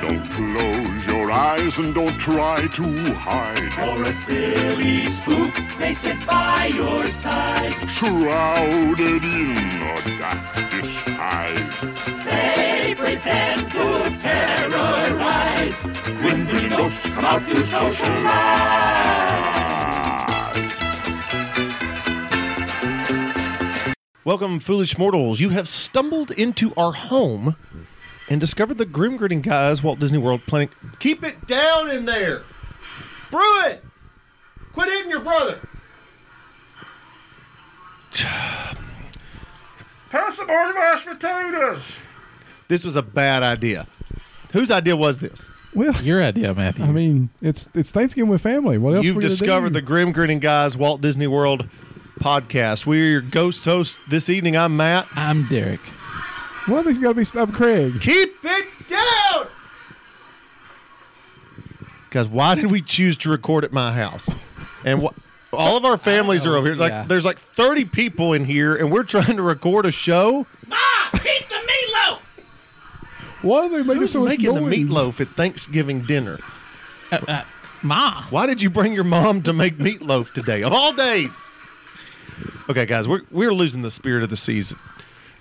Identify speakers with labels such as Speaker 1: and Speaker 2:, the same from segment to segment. Speaker 1: Don't close your eyes and don't try to hide.
Speaker 2: Or a silly spook may sit by your side.
Speaker 1: Shrouded in a dark disguise.
Speaker 2: They pretend to terrorize. Grim, grim ghosts come out to socialize.
Speaker 3: Welcome, foolish mortals. You have stumbled into our home and discovered the Grim Grinning Guys Walt Disney World planning. Keep it down in there! Brew it! Quit hitting your brother!
Speaker 4: Have some more mashed potatoes.
Speaker 3: This was a bad idea. Whose idea was this?
Speaker 5: Well,
Speaker 6: Your idea, Matthew.
Speaker 5: I mean, it's it's Thanksgiving with family. What else?
Speaker 3: You've
Speaker 5: we gonna
Speaker 3: discovered
Speaker 5: do?
Speaker 3: the Grim Grinning Guys Walt Disney World podcast. We're your ghost host this evening. I'm Matt.
Speaker 6: I'm Derek.
Speaker 5: One of these got to be Stub Craig.
Speaker 3: Keep it down! Because why did we choose to record at my house? And what? All of our families are over here. Like,
Speaker 6: Yeah.
Speaker 3: there's like 30 people in here, and we're trying to record a show.
Speaker 5: Why are they making
Speaker 3: Who's
Speaker 5: so much
Speaker 3: making
Speaker 5: noise?
Speaker 3: the meatloaf at Thanksgiving dinner?
Speaker 6: Uh, uh, Ma.
Speaker 3: Why did you bring your mom to make meatloaf today of all days? Okay, guys, we're we're losing the spirit of the season.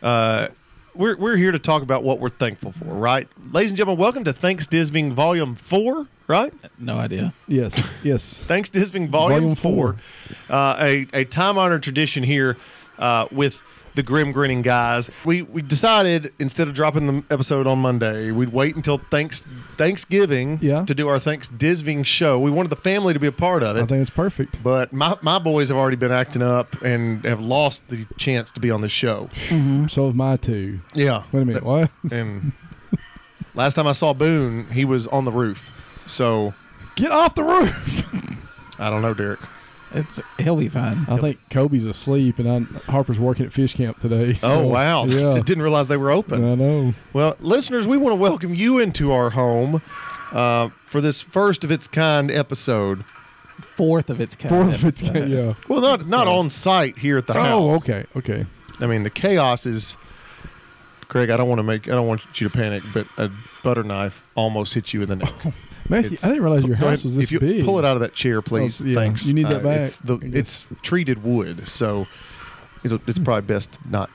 Speaker 3: Uh, we're we're here to talk about what we're thankful for, right, ladies and gentlemen? Welcome to Thanks Disbing Volume Four, right?
Speaker 6: No idea.
Speaker 5: Yes, yes.
Speaker 3: Thanks Disbing Volume,
Speaker 5: Volume
Speaker 3: Four,
Speaker 5: Four.
Speaker 3: Uh, a a time honored tradition here uh, with the grim grinning guys. We we decided instead of dropping the episode on Monday, we'd wait until thanks Thanksgiving
Speaker 5: Yeah.
Speaker 3: to do our Thanks Disbing show. We wanted the family to be a part of it.
Speaker 5: I think it's perfect.
Speaker 3: But my, my boys have already been acting up and have lost the chance to be on the show. Mm-hmm.
Speaker 5: So have my two.
Speaker 3: Yeah.
Speaker 5: Wait a minute. What?
Speaker 3: And last time I saw Boone, he was on the roof. So
Speaker 5: Get off the roof!
Speaker 3: I don't know, Derek.
Speaker 6: It's he'll be fine.
Speaker 5: I think Kobe's asleep, and I'm, Harper's working at fish camp today.
Speaker 3: Oh,
Speaker 5: so,
Speaker 3: wow.
Speaker 5: Yeah.
Speaker 3: Didn't realize they were
Speaker 5: I
Speaker 3: open.
Speaker 5: know.
Speaker 3: Well, listeners, we want to welcome you into our home uh, for this first of its kind episode.
Speaker 6: Fourth of its kind.
Speaker 5: Fourth of its
Speaker 6: episode.
Speaker 5: kind. Yeah.
Speaker 3: Well, not, not on site here at the house.
Speaker 5: Oh, okay, okay.
Speaker 3: I mean, the chaos is. Craig, I don't want to make. I don't want you to panic, but a butter knife almost hit you in the neck.
Speaker 5: Matthew,
Speaker 3: It's-
Speaker 5: I didn't realize your
Speaker 3: Go
Speaker 5: house
Speaker 3: ahead.
Speaker 5: was this
Speaker 3: if you
Speaker 5: big. Oh,
Speaker 3: Pull it out of that chair, please.
Speaker 5: yeah.
Speaker 3: Thanks. Uh,
Speaker 5: You need that back,
Speaker 3: It's, the,
Speaker 5: I guess.
Speaker 3: it's treated wood, so it'll, it's probably best not.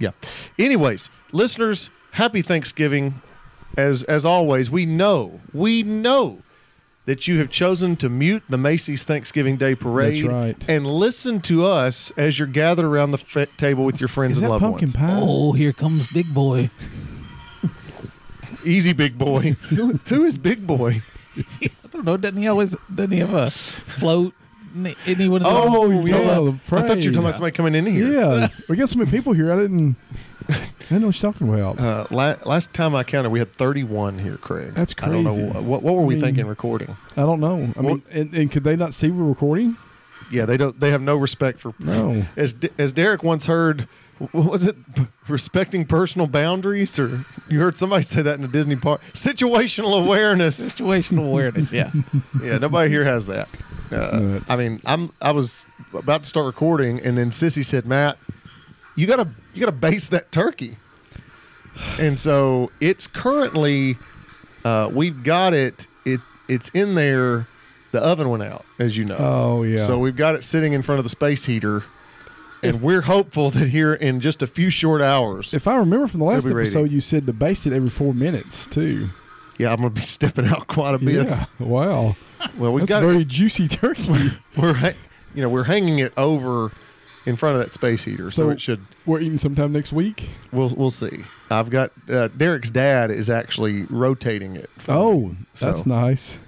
Speaker 3: Yeah. Anyways, listeners, happy Thanksgiving. As as always, we know we know that you have chosen to mute the Macy's Thanksgiving Day Parade
Speaker 5: right.
Speaker 3: and listen to us as you're gathered around the fa- table with your friends
Speaker 5: Is
Speaker 3: and
Speaker 5: that
Speaker 3: loved
Speaker 5: pumpkin
Speaker 3: ones.
Speaker 5: pie?
Speaker 6: Oh, here comes Big Boy.
Speaker 3: Easy, big boy. who, who is big boy?
Speaker 6: I don't know. Doesn't he always? Doesn't he have a float? Isn't he- isn't he one of those-
Speaker 5: Oh,
Speaker 3: yeah.
Speaker 5: yeah,
Speaker 3: I thought you
Speaker 5: the
Speaker 3: were talking about
Speaker 5: parade.
Speaker 3: somebody coming in here.
Speaker 5: Yeah, we got so many people here. I didn't. I didn't know what you're talking about.
Speaker 3: Uh, la- last time I counted, we had 31 here, Craig.
Speaker 5: That's
Speaker 3: I don't know
Speaker 5: crazy.
Speaker 3: wh- what, what were we
Speaker 5: I mean-
Speaker 3: thinking recording.
Speaker 5: I don't know. I
Speaker 3: Well-
Speaker 5: mean, and, and could they not see we're recording?
Speaker 3: Yeah, they don't. They have no respect for.
Speaker 5: No.
Speaker 3: As D- as Derek once heard, what was it? P- Respecting personal boundaries, or you heard somebody say that in a Disney park. Situational awareness.
Speaker 6: situational awareness. Yeah.
Speaker 3: yeah, nobody here has that. Uh,
Speaker 5: nuts.
Speaker 3: I mean, I'm I was about to start recording, and then Sissy said, "Matt, you gotta you gotta baste that turkey." And so it's currently, uh, we've got it. It it's in there. The oven went out, as you know.
Speaker 5: Oh, yeah.
Speaker 3: So we've got it sitting in front of the space heater, and we're hopeful that here in just a few short hours,
Speaker 5: If I remember from the last
Speaker 3: They'll be ready.
Speaker 5: episode, you said to baste it every four minutes too.
Speaker 3: yeah, I'm gonna be stepping out quite a bit.
Speaker 5: Yeah. Wow.
Speaker 3: Well, we
Speaker 5: That's
Speaker 3: got
Speaker 5: a very juicy turkey.
Speaker 3: we're ha- you know we're hanging it over in front of that space heater, so,
Speaker 5: So-
Speaker 3: it should
Speaker 5: we're eating sometime next week.
Speaker 3: we'll we'll see. I've got uh, Derek's dad is actually rotating it. for me,
Speaker 5: Oh,
Speaker 3: so-
Speaker 5: that's nice.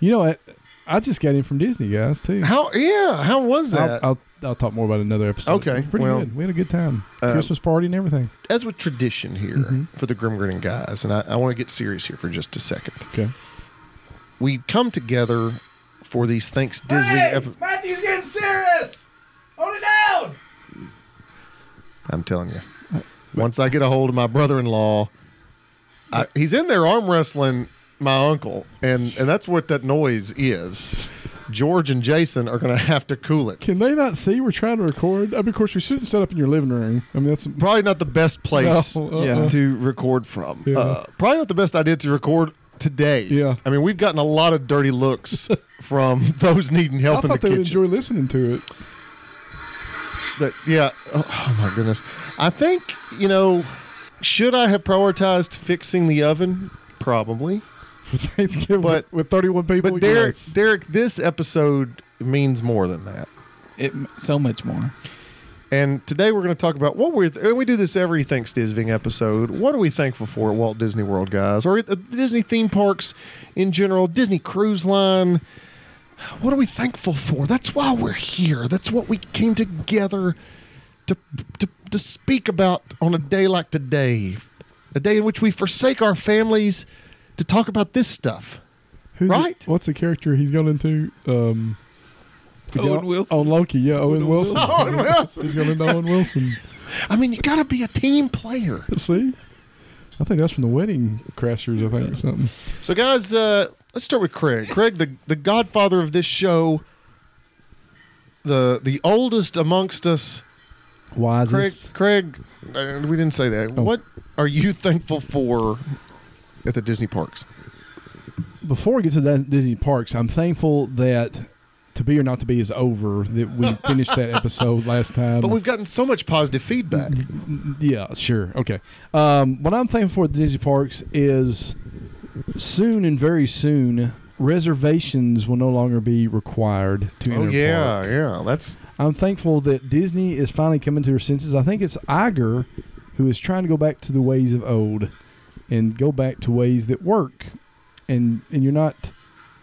Speaker 5: You know what? I just got in from Disney, guys. Too.
Speaker 3: How yeah? How was
Speaker 5: I'll,
Speaker 3: that?
Speaker 5: I'll, I'll talk more about it another episode.
Speaker 3: Okay,
Speaker 5: It was pretty
Speaker 3: well,
Speaker 5: good. We had a good time.
Speaker 3: uh,
Speaker 5: Christmas party and everything.
Speaker 3: As with tradition here
Speaker 5: Mm-hmm.
Speaker 3: for the Grim Grinning guys, and I, I want to get serious here for just a second.
Speaker 5: Okay.
Speaker 3: We come together for these thanks Disney.
Speaker 4: Hey,
Speaker 3: ep-
Speaker 4: Matthew's getting serious. Hold it down.
Speaker 3: I'm telling you,
Speaker 5: Uh,
Speaker 3: once I get a hold of my brother-in-law, I, he's in there arm wrestling my uncle, and and that's what that noise is. George and Jason are going to have to cool it.
Speaker 5: Can they not see we're trying to record? I mean, of course, we shouldn't set up in your living room. I mean, that's
Speaker 3: Probably not the best place
Speaker 5: No, uh-uh.
Speaker 3: to record from.
Speaker 5: Yeah.
Speaker 3: Uh, probably not the best idea to record today.
Speaker 5: Yeah.
Speaker 3: I mean, we've gotten a lot of dirty looks from those needing
Speaker 5: I
Speaker 3: help in the
Speaker 5: thought they would
Speaker 3: kitchen.
Speaker 5: enjoy listening to it.
Speaker 3: that yeah oh, oh my goodness i think you know should i have prioritized fixing the oven probably
Speaker 5: for Thanksgiving
Speaker 3: But-
Speaker 5: with 31 people.
Speaker 3: but derek
Speaker 5: yes.
Speaker 3: derek this episode means more than that
Speaker 6: It so much more.
Speaker 3: and today we're going to talk about what we're and we do this every thanksgiving episode what are we thankful for at walt disney world guys or at the disney theme parks in general disney cruise line what are we thankful for that's why we're here that's what we came together to, to, to speak about on a day like today, a day in which we forsake our families to talk about this stuff.
Speaker 5: Who's it-
Speaker 3: right?
Speaker 5: what's the character he's gone into? Um, the
Speaker 6: Owen
Speaker 5: guy-
Speaker 6: Wilson.
Speaker 5: On Loki, yeah, Owen Wilson.
Speaker 3: Owen Wilson.
Speaker 5: he's going into Owen Wilson.
Speaker 3: I mean, you got to be a team player.
Speaker 5: See? I think that's from the Wedding Crashers, I think, or something.
Speaker 3: So, guys, uh, let's start with Craig. Craig, the, the godfather of this show, the the oldest amongst us.
Speaker 5: Wise.
Speaker 3: Craig, Craig, uh, we didn't say that.
Speaker 5: Oh.
Speaker 3: What are you thankful for at the Disney parks?
Speaker 5: before we get to the Disney parks, I'm thankful that to be or not to be is over. That we finished that episode last time.
Speaker 3: But we've gotten so much positive feedback.
Speaker 5: yeah, sure, okay. Um, what I'm thankful for at the Disney parks is soon and very soon reservations will no longer be required to
Speaker 3: Oh
Speaker 5: enter. a park.
Speaker 3: yeah, yeah. That's
Speaker 5: I'm thankful that Disney is finally coming to her senses. I think it's Iger who is trying to go back to the ways of old and go back to ways that work. And and you're not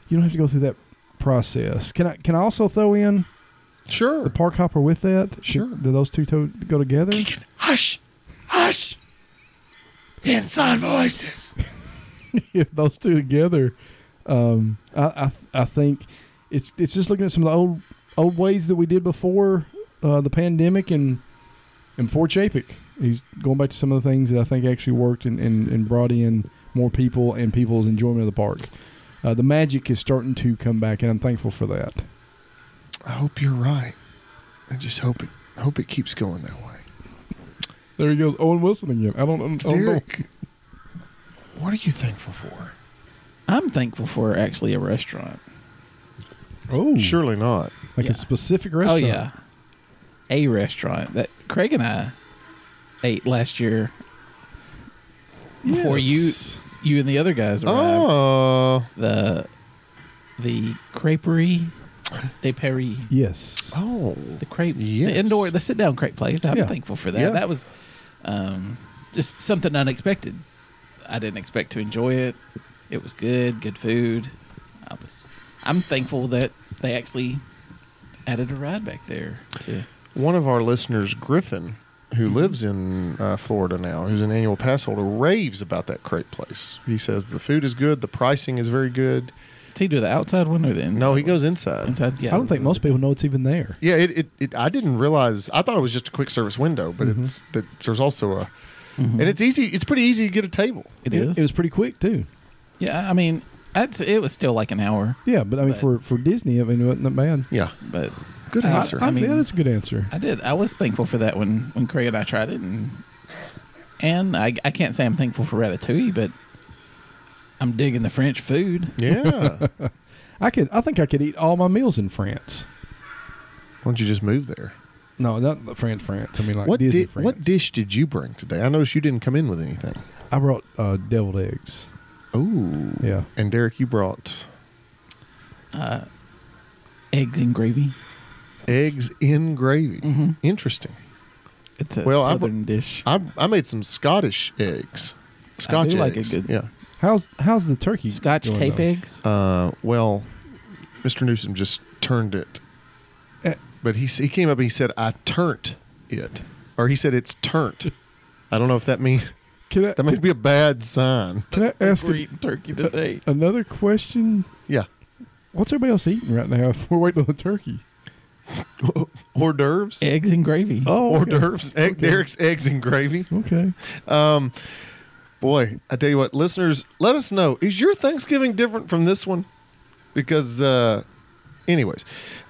Speaker 5: you don't have to go through that process. Can I can I also throw in
Speaker 3: sure.
Speaker 5: the park hopper with that?
Speaker 3: Sure.
Speaker 5: Do, do those two to- go together?
Speaker 2: Hush! Hush! Inside voices.
Speaker 5: if those two together, um, I, I I think it's it's just looking at some of the old old ways that we did before uh, the pandemic and and for Chapik. He's going back to some of the things that I think actually worked and, and, and brought in more people and people's enjoyment of the park. Uh, the magic is starting to come back, and I'm thankful for that.
Speaker 3: I hope you're right. I just hope it. I hope it keeps going that way.
Speaker 5: There he goes, Owen Wilson again. I don't, I don't know.
Speaker 3: Derek, what are you thankful for?
Speaker 6: I'm thankful for actually a restaurant.
Speaker 5: Oh,
Speaker 3: Surely not.
Speaker 5: like
Speaker 6: Yeah.
Speaker 5: a specific restaurant.
Speaker 6: Oh yeah, a restaurant that Craig and I ate last year before
Speaker 3: Yes.
Speaker 6: you you and the other guys arrived.
Speaker 3: Oh,
Speaker 6: The the creperie de Paris.
Speaker 5: Yes.
Speaker 3: oh,
Speaker 6: The crepe,
Speaker 3: Yes.
Speaker 6: the indoor, the sit down crepe place. I'm
Speaker 5: Yeah.
Speaker 6: thankful for that.
Speaker 3: Yeah.
Speaker 6: That was um, just something unexpected. I didn't expect to enjoy it. It was good, good food. I was, I'm thankful that they actually added a ride back there. to-
Speaker 3: one of our listeners, Griffin, who lives in uh, Florida now, who's an annual pass holder, raves about that crepe place. He says the food is good, the pricing is very good.
Speaker 6: Does he do the outside one or the inside?
Speaker 3: No, he
Speaker 6: one?
Speaker 3: goes inside.
Speaker 6: inside. Yeah,
Speaker 5: I don't think most people know it's even there.
Speaker 3: Yeah, it, it, it. I didn't realize. I thought it was just a quick service window, but it's that there's also a, and it's easy. It's pretty easy to get a table.
Speaker 6: it is.
Speaker 5: It was pretty quick too.
Speaker 6: yeah, I mean, that's, it was still like an hour,
Speaker 5: Yeah, but I mean,
Speaker 6: But-
Speaker 5: for for Disney, I mean, it wasn't that bad.
Speaker 3: Yeah,
Speaker 6: but
Speaker 3: good
Speaker 6: I-
Speaker 3: answer.
Speaker 5: I,
Speaker 6: I
Speaker 5: mean,
Speaker 6: mean-
Speaker 5: that's a good answer.
Speaker 6: I did. I was thankful for that when when Craig and I tried it, and and I I can't say I'm thankful for ratatouille, but I'm digging the French food.
Speaker 3: yeah. Why
Speaker 5: I could, I think I could eat all my meals in France.
Speaker 3: don't you just move there?
Speaker 5: No, not the France, France. I mean, like
Speaker 3: what
Speaker 5: Disney
Speaker 3: did
Speaker 5: France.
Speaker 3: what dish did you bring today? I noticed you didn't come in with anything.
Speaker 5: I brought uh, deviled eggs.
Speaker 3: Oh,
Speaker 5: Yeah,
Speaker 3: And Derek, you brought
Speaker 6: eggs and gravy.
Speaker 3: eggs in gravy. Interesting.
Speaker 6: It's a
Speaker 3: Well, I bu-
Speaker 6: southern dish.
Speaker 3: I I made some Scottish eggs. Scotch
Speaker 6: like a
Speaker 3: eggs.
Speaker 6: good-
Speaker 3: yeah.
Speaker 5: how's how's the turkey?
Speaker 6: Scotch
Speaker 5: going,
Speaker 6: tape
Speaker 5: though?
Speaker 6: eggs.
Speaker 3: Uh, well, Mr. Newsom just turned it,
Speaker 5: Eh,
Speaker 3: but he he came up and he said, "I turned it," or he said, "It's turned." I don't know if that means
Speaker 5: Can I,
Speaker 3: that might be a bad sign.
Speaker 5: can I ask
Speaker 6: We're eating turkey today.
Speaker 5: another question?
Speaker 3: Yeah,
Speaker 5: What's everybody else eating right now? If we're waiting on the turkey.
Speaker 3: hors d'oeuvres.
Speaker 6: Eggs and gravy.
Speaker 5: Oh,
Speaker 3: Eh, hors
Speaker 5: okay.
Speaker 3: d'oeuvres. Egg, Derek's eggs and gravy.
Speaker 5: Okay.
Speaker 3: Boy, I tell you what, listeners, let us know. Is your Thanksgiving different from this one? Because uh, Anyways,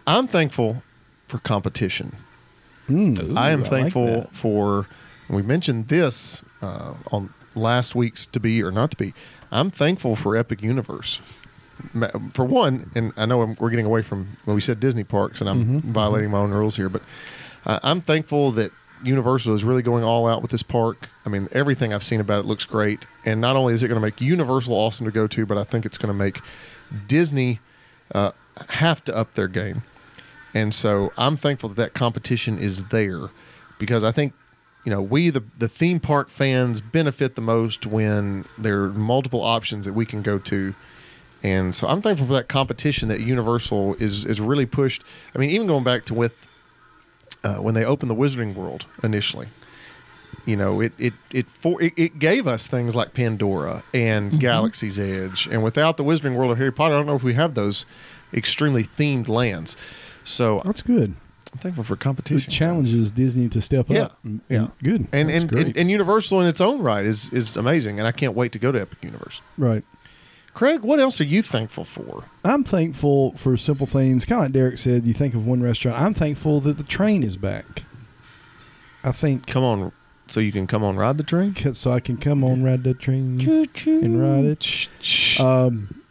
Speaker 3: I'm thankful for competition.
Speaker 5: Mm.
Speaker 3: I am
Speaker 6: Ooh, like
Speaker 3: thankful
Speaker 6: that.
Speaker 3: for, and we mentioned this uh, on last week's to be or not to be. I'm thankful for Epic Universe. Ma- For one, and I know I'm- we're getting away from, well, we said Disney parks, and I'm violating my own rules here, but uh, I'm thankful that Universal is really going all out with this park. I mean, everything I've seen about it looks great. And not only is it going to make Universal awesome to go to, but I think it's going to make Disney uh, have to up their game. And so I'm thankful that that competition is there because I think, you know, we, the, the theme park fans, benefit the most when there are multiple options that we can go to. And so I'm thankful for that competition that Universal is, is really pushed. I mean, even going back to with uh, when they opened the Wizarding World initially, you know, it it it for it, it gave us things like Pandora and Galaxy's Edge, and without the Wizarding World of Harry Potter, I don't know if we have those extremely themed lands. So I'm
Speaker 5: That's good.
Speaker 3: thankful for
Speaker 5: It
Speaker 3: competition.
Speaker 5: challenges Disney to step
Speaker 3: Yeah.
Speaker 5: up. Mm,
Speaker 3: Yeah.
Speaker 5: Good.
Speaker 3: and
Speaker 5: That's
Speaker 3: and,
Speaker 5: great.
Speaker 3: and and Universal in its own right is is amazing, and I can't wait to go to Epic Universe.
Speaker 5: right.
Speaker 3: Craig, what else are you thankful for?
Speaker 5: I'm thankful for simple things. Kind of like Derek said, you think of one restaurant. I'm thankful that the train is back. I think
Speaker 3: Come on, so you can come on ride the train.
Speaker 5: so I can come on ride that train and ride it. Um,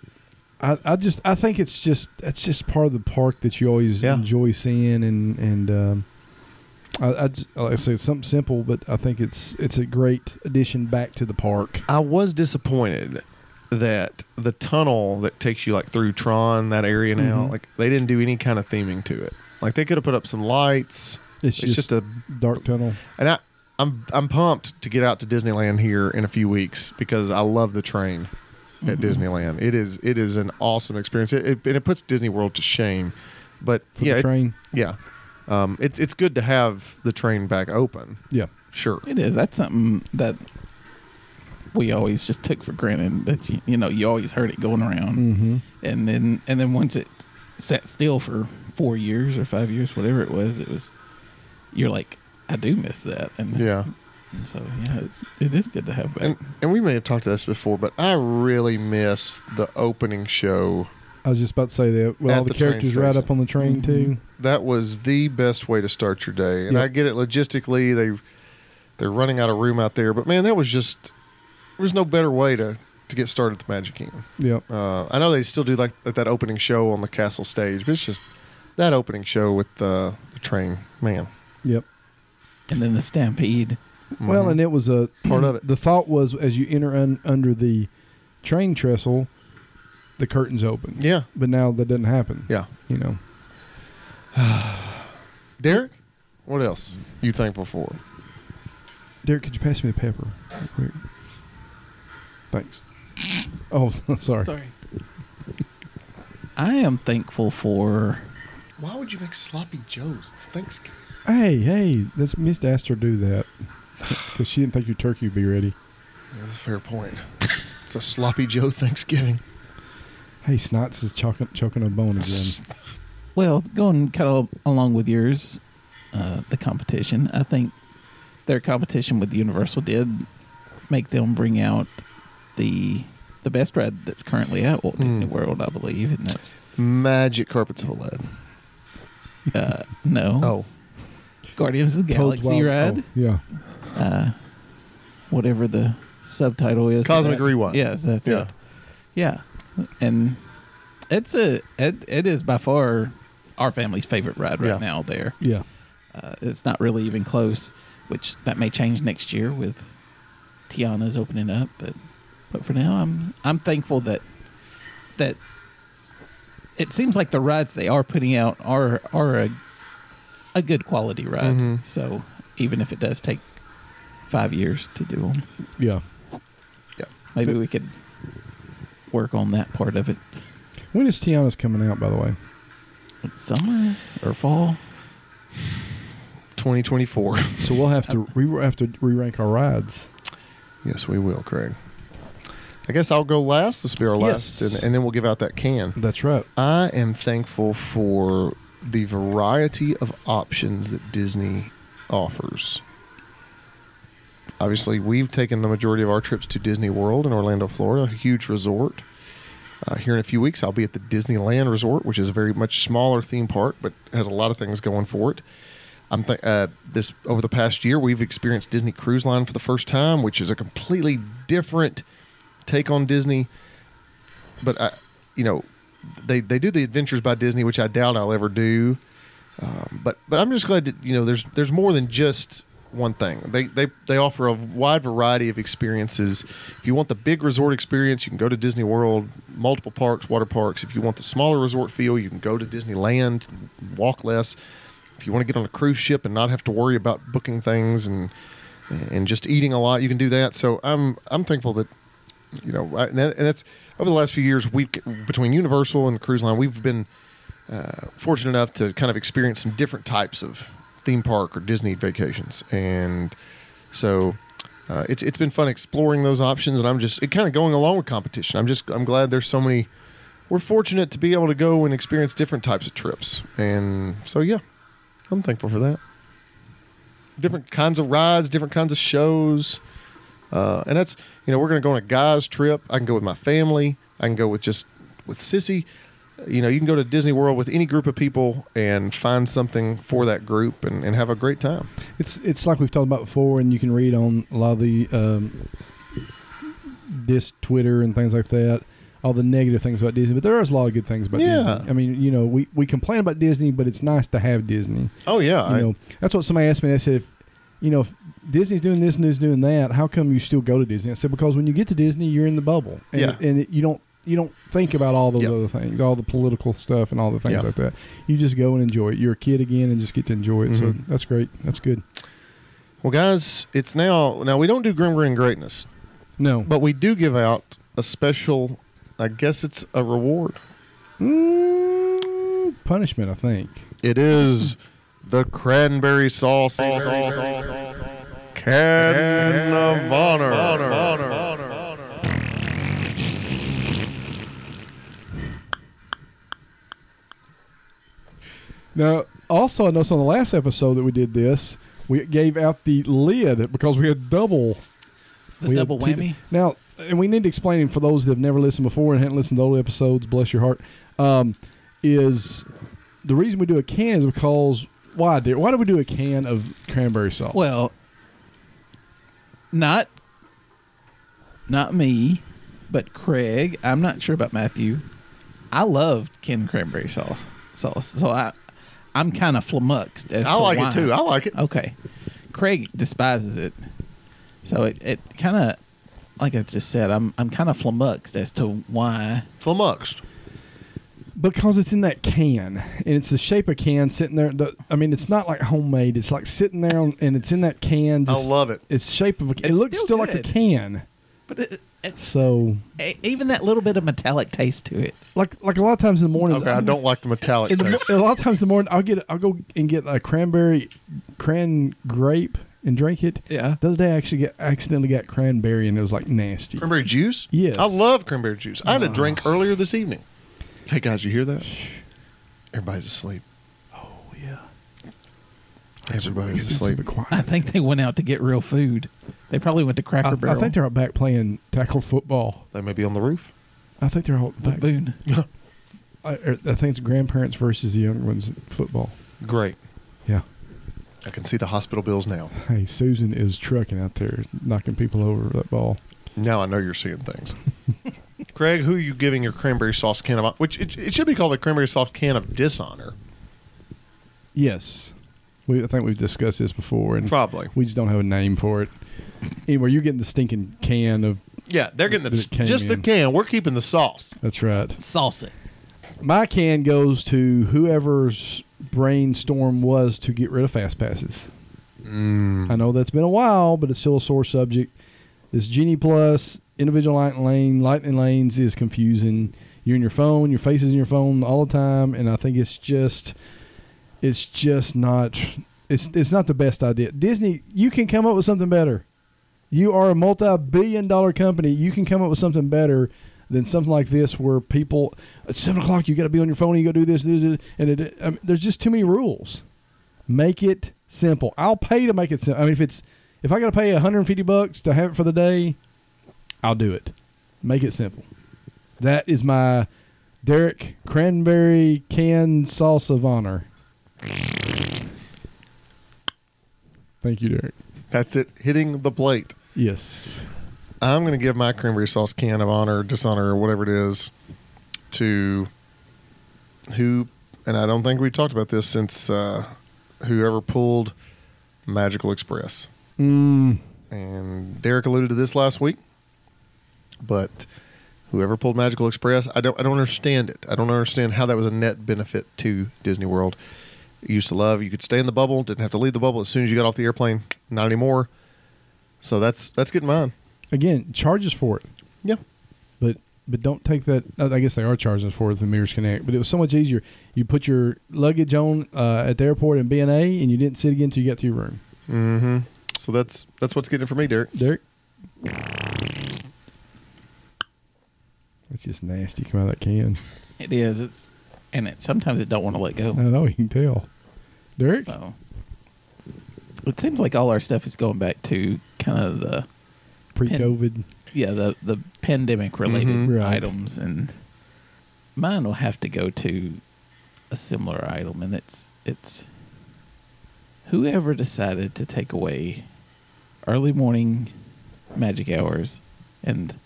Speaker 5: I, I just I think it's just that's just part of the park that you always
Speaker 3: Yeah.
Speaker 5: enjoy seeing and and um, I, I just, like I say it's something simple, but I think it's it's a great addition back to the park.
Speaker 3: I was disappointed that the tunnel that takes you like through Tron that area now,
Speaker 5: Mhm.
Speaker 3: like they didn't do any kind of theming to it. Like they could have put up some lights.
Speaker 5: It's,
Speaker 3: It's
Speaker 5: just,
Speaker 3: just a
Speaker 5: a dark tunnel.
Speaker 3: and I I'm I'm pumped to get out to Disneyland here in a few weeks because I love the train
Speaker 5: Mm-hmm.
Speaker 3: at Disneyland. It is it is an awesome experience. It, it and it puts Disney World to shame. But
Speaker 5: For
Speaker 3: yeah,
Speaker 5: the
Speaker 3: it-
Speaker 5: train.
Speaker 3: yeah. Um, it's it's good to have the train back open.
Speaker 5: Yeah.
Speaker 3: Sure.
Speaker 6: It is. That's something that we always just took for granted that you, you know you always heard it going around,
Speaker 5: Mm-hmm.
Speaker 6: and then and then once it sat still for four years or five years, whatever it was, it was you're like, I do miss that, and
Speaker 3: Yeah.
Speaker 6: and so yeah, it's it is good to have back.
Speaker 3: And and we may have talked to this before, but I really miss the opening show.
Speaker 5: I was just about to say that. Well,
Speaker 3: At
Speaker 5: all the,
Speaker 3: the train
Speaker 5: characters right up
Speaker 3: station. Mm-hmm.
Speaker 5: on the train too.
Speaker 3: That was the best way to start your day. And
Speaker 5: Yeah.
Speaker 3: I get it logistically, they they're running out of room out there, but man, that was just there was no better way to to get started at the Magic Kingdom.
Speaker 5: Yep.
Speaker 3: Uh, I know they still do like, like that opening show on the castle stage, but it's just that opening show with the, the train, man.
Speaker 5: Yep.
Speaker 3: mm-hmm.
Speaker 6: And then the stampede.
Speaker 5: Well, and it was a
Speaker 3: Part of it.
Speaker 5: The thought was as you enter un, under the train trestle, the curtains open.
Speaker 3: Yeah.
Speaker 5: But now that doesn't happen.
Speaker 3: Yeah.
Speaker 5: You know.
Speaker 3: Derek, what else you thankful for?
Speaker 5: Derek, could you pass me a pepper? real quick? Thanks. Oh, sorry.
Speaker 6: I am thankful for.
Speaker 3: Why would you make sloppy joes? It's Thanksgiving.
Speaker 5: Hey, hey, this Miss Astor do that because she didn't think your turkey would be ready.
Speaker 3: That's a fair point. it's a sloppy Joe Thanksgiving.
Speaker 5: Hey, Snots is choking, choking a bone again.
Speaker 6: Well, going kind of along with yours, uh, the competition. I think their competition with Universal did make them bring out the the best ride that's currently at Walt Disney
Speaker 3: Mm.
Speaker 6: World, I believe, and that's
Speaker 3: Magic carpets of lead.
Speaker 6: uh, no
Speaker 3: Oh,
Speaker 6: Guardians of the
Speaker 5: Cold
Speaker 6: Galaxy
Speaker 5: Wild-
Speaker 6: ride,
Speaker 5: oh, yeah.
Speaker 6: uh, whatever the subtitle is. for
Speaker 3: Cosmic
Speaker 6: that.
Speaker 3: Rewind.
Speaker 6: Yes, that's
Speaker 3: Yeah.
Speaker 6: it. Yeah, and it's a it, it is by far our family's favorite ride right
Speaker 3: Yeah.
Speaker 6: now. There,
Speaker 5: Yeah.
Speaker 6: Uh, it's not really even close, which that may change next year with Tiana's opening up. But but for now, I'm I'm thankful that that it seems like the rides they are putting out are are a a good quality ride.
Speaker 5: Mm-hmm.
Speaker 3: Mhm.
Speaker 6: So even if it does take five years to do them,
Speaker 5: Yeah.
Speaker 3: yeah.
Speaker 6: maybe we could work on that part of it.
Speaker 5: When is Tiana's coming out, by the way?
Speaker 6: Summer or fall?
Speaker 3: 2024.
Speaker 5: So we'll have to we will have to re rank our rides.
Speaker 3: yes, we will, Craig. I guess I'll go last. This will be our last,
Speaker 5: Yes.
Speaker 3: and, and then we'll give out that can.
Speaker 5: That's right.
Speaker 3: I am thankful for the variety of options that Disney offers. Obviously, we've taken the majority of our trips to Disney World in Orlando, Florida, a huge resort. Uh, here in a few weeks, I'll be at the Disneyland Resort, which is a very much smaller theme park, but has a lot of things going for it. I'm th- uh, this over the past year, we've experienced Disney Cruise Line for the first time, which is a completely different take on Disney. But I, you know, they they do the Adventures by Disney, which I doubt I'll ever do. Um, but but I'm just glad that you know there's there's more than just one thing. They they they offer a wide variety of experiences. If you want the big resort experience, you can go to Disney World, multiple parks, water parks. If you want the smaller resort feel, you can go to Disneyland, walk less. If you want to get on a cruise ship and not have to worry about booking things and and just eating a lot, you can do that. So I'm I'm thankful that you know, I- and that- and that's over the last few years. We between Universal and the Cruise Line, we've been uh, fortunate enough to kind of experience some different types of theme park or Disney vacations, and so uh, it's it's been fun exploring those options. And I'm just it kind of going along with competition. I'm just I'm glad there's so many. We're fortunate to be able to go and experience different types of trips, and so yeah, I'm thankful for that. Different kinds of rides, different kinds of shows. Uh, and that's you know we're going to go on a guys trip. I can go with my family. I can go with just with sissy. You know you can go to Disney World with any group of people and find something for that group and, and have a great time.
Speaker 5: It's it's like we've talked about before, and you can read on a lot of the um, this Twitter and things like that. All the negative things about Disney, but there is a lot of good things about
Speaker 3: Yeah.
Speaker 5: Disney. I mean, you know, we, we complain about Disney, but it's nice to have Disney.
Speaker 3: Oh yeah,
Speaker 5: you know, that's what somebody asked me. They said, if, you know, if Disney's doing this and is doing that, how come you still go to Disney? I said because when you get to Disney, you're in the bubble, and,
Speaker 3: Yeah.
Speaker 5: and it, you don't you don't think about all those
Speaker 3: Yep.
Speaker 5: other things, all the political stuff, and all the things
Speaker 3: Yeah.
Speaker 5: like that. You just go and enjoy it. You're a kid again, and just get to enjoy it. So
Speaker 3: Mm-hmm.
Speaker 5: that's great. That's good.
Speaker 3: well guys, it's now now we don't do Grim Green Greatness,
Speaker 5: No,
Speaker 3: but we do give out a special. I guess it's a reward.
Speaker 5: Mm, punishment, I think.
Speaker 3: It is the cranberry sauce. Can of honor.
Speaker 5: Now, also, I noticed on the last episode that we did this, we gave out the lid because we had double. we
Speaker 6: The
Speaker 5: had
Speaker 6: double
Speaker 5: two-
Speaker 6: whammy.
Speaker 5: now, and we need to explain it for those that have never listened before and hadn't listened to old episodes. Bless your heart. Um, is the reason we do a can is because why? Did, why do we do a can of cranberry sauce?
Speaker 6: Well, not not me, but Craig. I'm not sure about Matthew. I loved Ken cranberry sauce. Sauce. So I I'm kind of flummoxed as
Speaker 3: I
Speaker 6: to
Speaker 3: like
Speaker 6: why.
Speaker 3: it too. I like it.
Speaker 6: Okay. Craig despises it. So it, it kind of like I just said, I'm I'm kind of flummoxed as to why
Speaker 3: Flummoxed.
Speaker 5: Because it's in that can, and it's the shape of can sitting there. The- I mean, it's not like homemade. It's like sitting there, on, and it's in that can.
Speaker 3: I
Speaker 5: Just,
Speaker 3: love it.
Speaker 5: It's shape of a. it
Speaker 6: It's
Speaker 5: looks
Speaker 6: still
Speaker 5: still, like a
Speaker 6: good.
Speaker 5: can.
Speaker 6: but it, it,
Speaker 5: So,
Speaker 6: e- even that little bit of metallic taste to it.
Speaker 5: like like a lot of times in the morning,
Speaker 3: Okay, I don't like the metallic.
Speaker 5: In the,
Speaker 3: taste.
Speaker 5: mo- a lot of times in the morning, I'll get I'll go and get a cranberry, cran grape, and drink it.
Speaker 6: Yeah.
Speaker 5: The other day, I actually got accidentally got cranberry, and it was like nasty.
Speaker 3: Cranberry juice?
Speaker 5: Yes.
Speaker 3: I love cranberry juice. I had a drink earlier this evening. Hey guys, you hear that? Everybody's asleep.
Speaker 5: Oh, yeah.
Speaker 3: Everybody's
Speaker 5: It's
Speaker 3: asleep.
Speaker 5: super quiet.
Speaker 6: I think they went out to get real food. They probably went to Cracker
Speaker 5: I,
Speaker 6: Barrel.
Speaker 5: I think they're out back playing tackle football.
Speaker 3: They may be on the roof.
Speaker 5: I think they're out
Speaker 6: With
Speaker 5: back.
Speaker 6: Boone.
Speaker 5: I, I think it's grandparents versus the young ones football.
Speaker 3: Great.
Speaker 5: Yeah.
Speaker 3: I can see the hospital bills now.
Speaker 5: Hey, Susan is trucking out there, knocking people over with that ball.
Speaker 3: Now I know you're seeing things. Craig, who are you giving your cranberry sauce can of? Which it, it should be called the cranberry sauce can of dishonor.
Speaker 5: Yes. We, I think we've discussed this before, and
Speaker 3: Probably.
Speaker 5: we just don't have a name for it. Anyway, you're getting the stinking can of.
Speaker 3: Yeah, they're getting the,
Speaker 5: That it came
Speaker 3: just the
Speaker 5: in.
Speaker 3: can. We're keeping the sauce.
Speaker 5: That's right.
Speaker 6: Salsa.
Speaker 5: My can goes to whoever's brainstorm was to get rid of fast passes. I know that's been a while, but it's still a sore subject. This Genie Plus individual lightning lane, lightning lanes is confusing. You're in your phone, your face is in your phone all the time, and I think it's just, it's just not, it's it's not the best idea. Disney, you can come up with something better. You are a multi-billion-dollar company. You can come up with something better than something like this, where people at seven o'clock you got to be on your phone, and you got to do this, this, this and it, I mean, there's just too many rules. Make it simple. I'll pay to make it simple. I mean, if it's if I got to pay 150 bucks to have it for the day, I'll do it. Make it simple. That is my Derek Cranberry Can Sauce of Honor. Thank you, Derek.
Speaker 3: That's it, hitting the plate.
Speaker 5: Yes.
Speaker 3: I'm going to give my cranberry sauce can of honor, dishonor, or whatever it is, to who, and I don't think we've talked about this since uh, whoever pulled Magical Express.
Speaker 5: Mm,
Speaker 3: And Derek alluded to this last week, but whoever pulled Magical Express, I don't, I don't understand it. I don't understand how that was a net benefit to Disney World. You used to love, you could stay in the bubble, didn't have to leave the bubble as soon as you got off the airplane. Not anymore. So that's that's getting mine.
Speaker 5: again, charges for it,
Speaker 3: Yeah.
Speaker 5: but but don't take that. I guess they are charging us for it with the Mirrors Connect, but it was so much easier. You put your luggage on uh, at the airport in B and A, and you didn't sit again until you got to your room.
Speaker 3: Mm-hmm. So that's that's what's getting it for me, Derek.
Speaker 5: Derek. That's just nasty. Come out of that can.
Speaker 6: It is. It's and it sometimes it don't want to let
Speaker 5: I
Speaker 6: go.
Speaker 5: know you can tell. Derek,
Speaker 6: So it seems like all our stuff is going back to kind of the
Speaker 5: pre-COVID.
Speaker 6: yeah the the pandemic related
Speaker 3: Mhm.
Speaker 5: Right.
Speaker 6: items, and mine will have to go to a similar item, and it's it's whoever decided to take away early morning magic hours and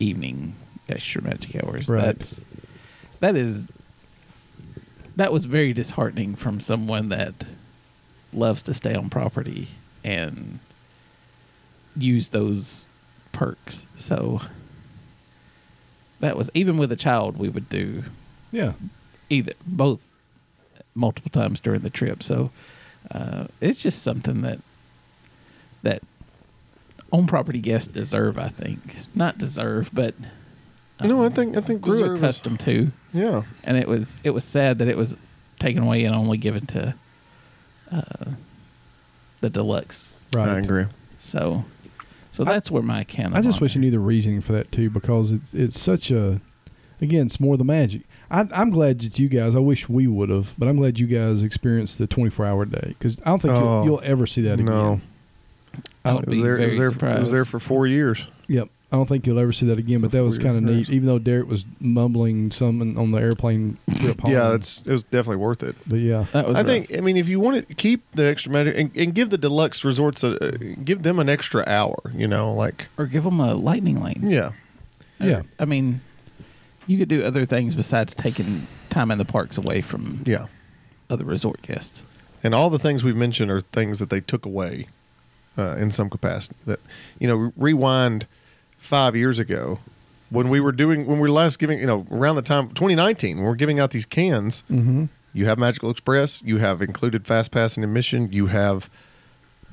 Speaker 6: evening extra magic hours.
Speaker 5: Right.
Speaker 6: That's that is that was very disheartening from someone that loves to stay on property and use those perks. So that was even with a child we would do
Speaker 5: Yeah.
Speaker 6: either both multiple times during the trip. So uh, it's just something that that on property guests deserve, I think. Not deserve, but
Speaker 3: no, I think I think
Speaker 6: grew
Speaker 3: deserve is-
Speaker 6: accustomed to.
Speaker 3: Yeah.
Speaker 6: And it was it was sad that it was taken away and only given to uh, the deluxe.
Speaker 5: Right.
Speaker 3: I agree.
Speaker 6: So so that's where my can.
Speaker 5: I
Speaker 6: of
Speaker 5: just wish you
Speaker 6: honor-
Speaker 5: knew the reasoning for that too, because it's it's such a again, it's more the magic. I, I'm glad that you guys. I wish we would have, but I'm glad you guys experienced the 24 hour day because I don't think
Speaker 3: Oh,
Speaker 5: you'll, you'll ever see that again.
Speaker 3: no.
Speaker 6: I would
Speaker 3: It
Speaker 6: be
Speaker 3: was there
Speaker 6: very
Speaker 3: it was there it was
Speaker 6: surprised.
Speaker 3: there for four years.
Speaker 5: Yep. I don't think you'll ever see that again, but
Speaker 3: a
Speaker 5: that was
Speaker 3: weird
Speaker 5: kind of neat.
Speaker 3: comparison.
Speaker 5: Even though Derek was mumbling something on the airplane trip home.
Speaker 3: Yeah, it's it was definitely worth it.
Speaker 5: But yeah,
Speaker 6: That was
Speaker 3: I
Speaker 6: rough.
Speaker 3: think I mean if you want to keep the extra magic and, and give the deluxe resorts a uh, give them an extra hour, you know, like
Speaker 6: or give them a lightning lane.
Speaker 3: yeah.
Speaker 6: Or-
Speaker 5: Yeah.
Speaker 6: I mean, you could do other things besides taking time in the parks away from
Speaker 3: Yeah.
Speaker 6: other resort guests.
Speaker 3: And all the things we've mentioned are things that they took away uh, in some capacity. That you know, rewind five years ago when we were doing when we were last giving you know around the time 2019 when we are giving out these cans.
Speaker 5: hmm
Speaker 3: You have Magical Express. You have included Fast Pass and admission. You have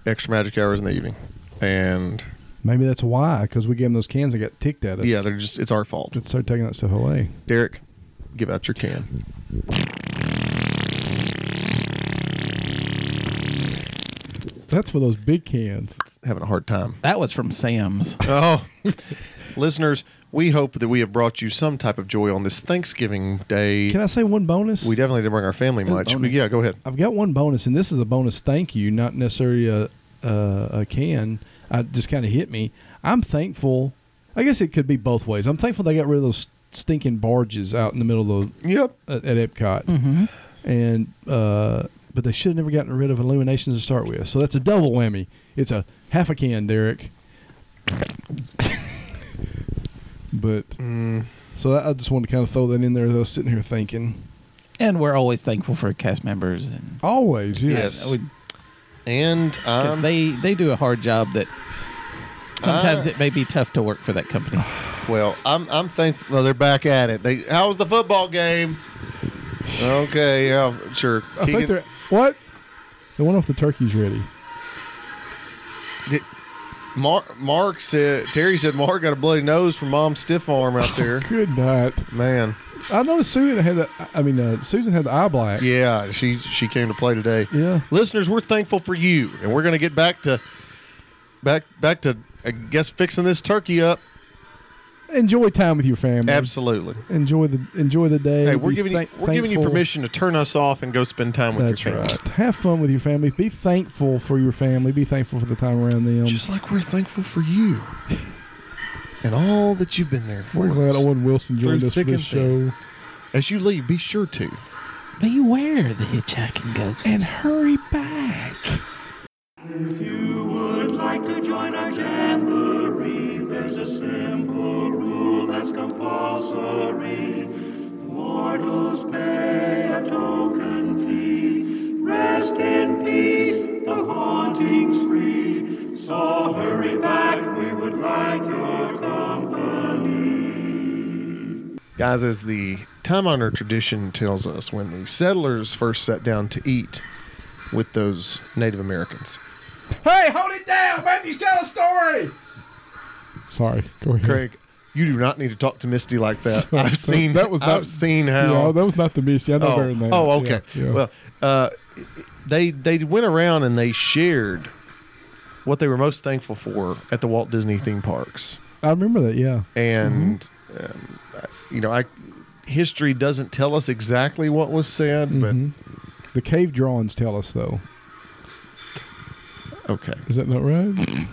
Speaker 3: extra magic hours in the evening. And
Speaker 5: maybe that's why because we gave them those cans that got ticked at us.
Speaker 3: yeah, they're just it's our fault.
Speaker 5: That started taking that stuff away.
Speaker 3: Derek, give out your can.
Speaker 5: That's for those big cans.
Speaker 3: Having a hard time.
Speaker 6: That was from Sam's.
Speaker 3: Oh, listeners, we hope that we have brought you some type of joy on this Thanksgiving Day.
Speaker 5: Can I say one bonus?
Speaker 3: We definitely didn't bring our family
Speaker 6: Ooh,
Speaker 3: much. But
Speaker 6: bonus.
Speaker 3: yeah, go ahead.
Speaker 5: I've got one bonus, and this is a bonus thank you, not necessarily a a, a can. I just kind of hit me. I'm thankful. I guess it could be both ways. I'm thankful they got rid of those stinking barges out in the middle of
Speaker 3: Yep.
Speaker 5: the, at, at Epcot,
Speaker 6: Mm-hmm.
Speaker 5: and uh, but they should have never gotten rid of Illuminations to start with. So that's a double whammy. It's a half a can, Derek. but so I I just wanted to kind of throw that in there. As I was sitting here thinking,
Speaker 6: And we're always thankful for cast members and
Speaker 5: always
Speaker 3: Yes. And
Speaker 6: because
Speaker 3: um,
Speaker 6: they they do a hard job that sometimes
Speaker 3: Uh,
Speaker 6: it may be tough to work for that company.
Speaker 3: well, I'm I'm thankful. No, they're back at it. They how was the football game? Okay, yeah, sure.
Speaker 5: I think
Speaker 3: Keegan-
Speaker 5: they're what? The one off the turkey's ready.
Speaker 3: Did- Mar- Mark said Terry said Mark got a bloody nose from mom's stiff arm out there.
Speaker 5: Good night.
Speaker 3: Man,
Speaker 5: I noticed Susan had. A, I mean, uh, Susan had the eye black.
Speaker 3: yeah, she she came to play today.
Speaker 5: Yeah.
Speaker 3: Listeners, we're thankful for you, and we're gonna get back to back back to I guess fixing this turkey up.
Speaker 5: Mm-hmm. Enjoy time with your family.
Speaker 3: Absolutely.
Speaker 5: Enjoy the enjoy the day.
Speaker 3: Hey, we're
Speaker 5: Be
Speaker 3: giving you,
Speaker 5: thank-
Speaker 3: we're giving you
Speaker 5: thankful.
Speaker 3: permission to turn us off and go spend time with
Speaker 5: That's
Speaker 3: your family.
Speaker 5: right. Have fun with your family. Be thankful for your family. Be thankful for the time around them.
Speaker 3: like we're thankful for you. and all that you've been there for.
Speaker 5: We're glad
Speaker 3: us.
Speaker 5: Owen Wilson joined
Speaker 3: Through
Speaker 5: us for
Speaker 3: thick and
Speaker 5: this show.
Speaker 3: As you leave, be sure to.
Speaker 6: Beware the hitchhiking ghost.
Speaker 5: And hurry back.
Speaker 2: If you would like to join our jamboree, there's a simple rule that's compulsory. Mortals pay a token fee. Rest in peace, the haunting's free. So hurry back, we would like your company.
Speaker 3: Guys, as the time honored tradition tells us, when the settlers first sat down to eat with those Native Americans,
Speaker 4: Hey, hold it down. Matthew's telling a story.
Speaker 5: Sorry, go ahead.
Speaker 3: Craig, you do not need to talk to Misty like that.
Speaker 5: Sorry.
Speaker 3: I've seen
Speaker 5: That was not-
Speaker 3: I've seen
Speaker 5: Yeah,
Speaker 3: how
Speaker 5: that was not the Missy. I know better
Speaker 3: oh,
Speaker 5: than that.
Speaker 3: oh, okay.
Speaker 5: Yeah, yeah.
Speaker 3: Well, uh, they they went around and they shared what they were most thankful for at the Walt Disney theme parks,
Speaker 5: I remember that. Yeah,
Speaker 3: and um, I- you know, I history doesn't tell us exactly what was said,
Speaker 5: Mhm. the cave drawings tell us though.
Speaker 3: but okay.
Speaker 5: Is that not right?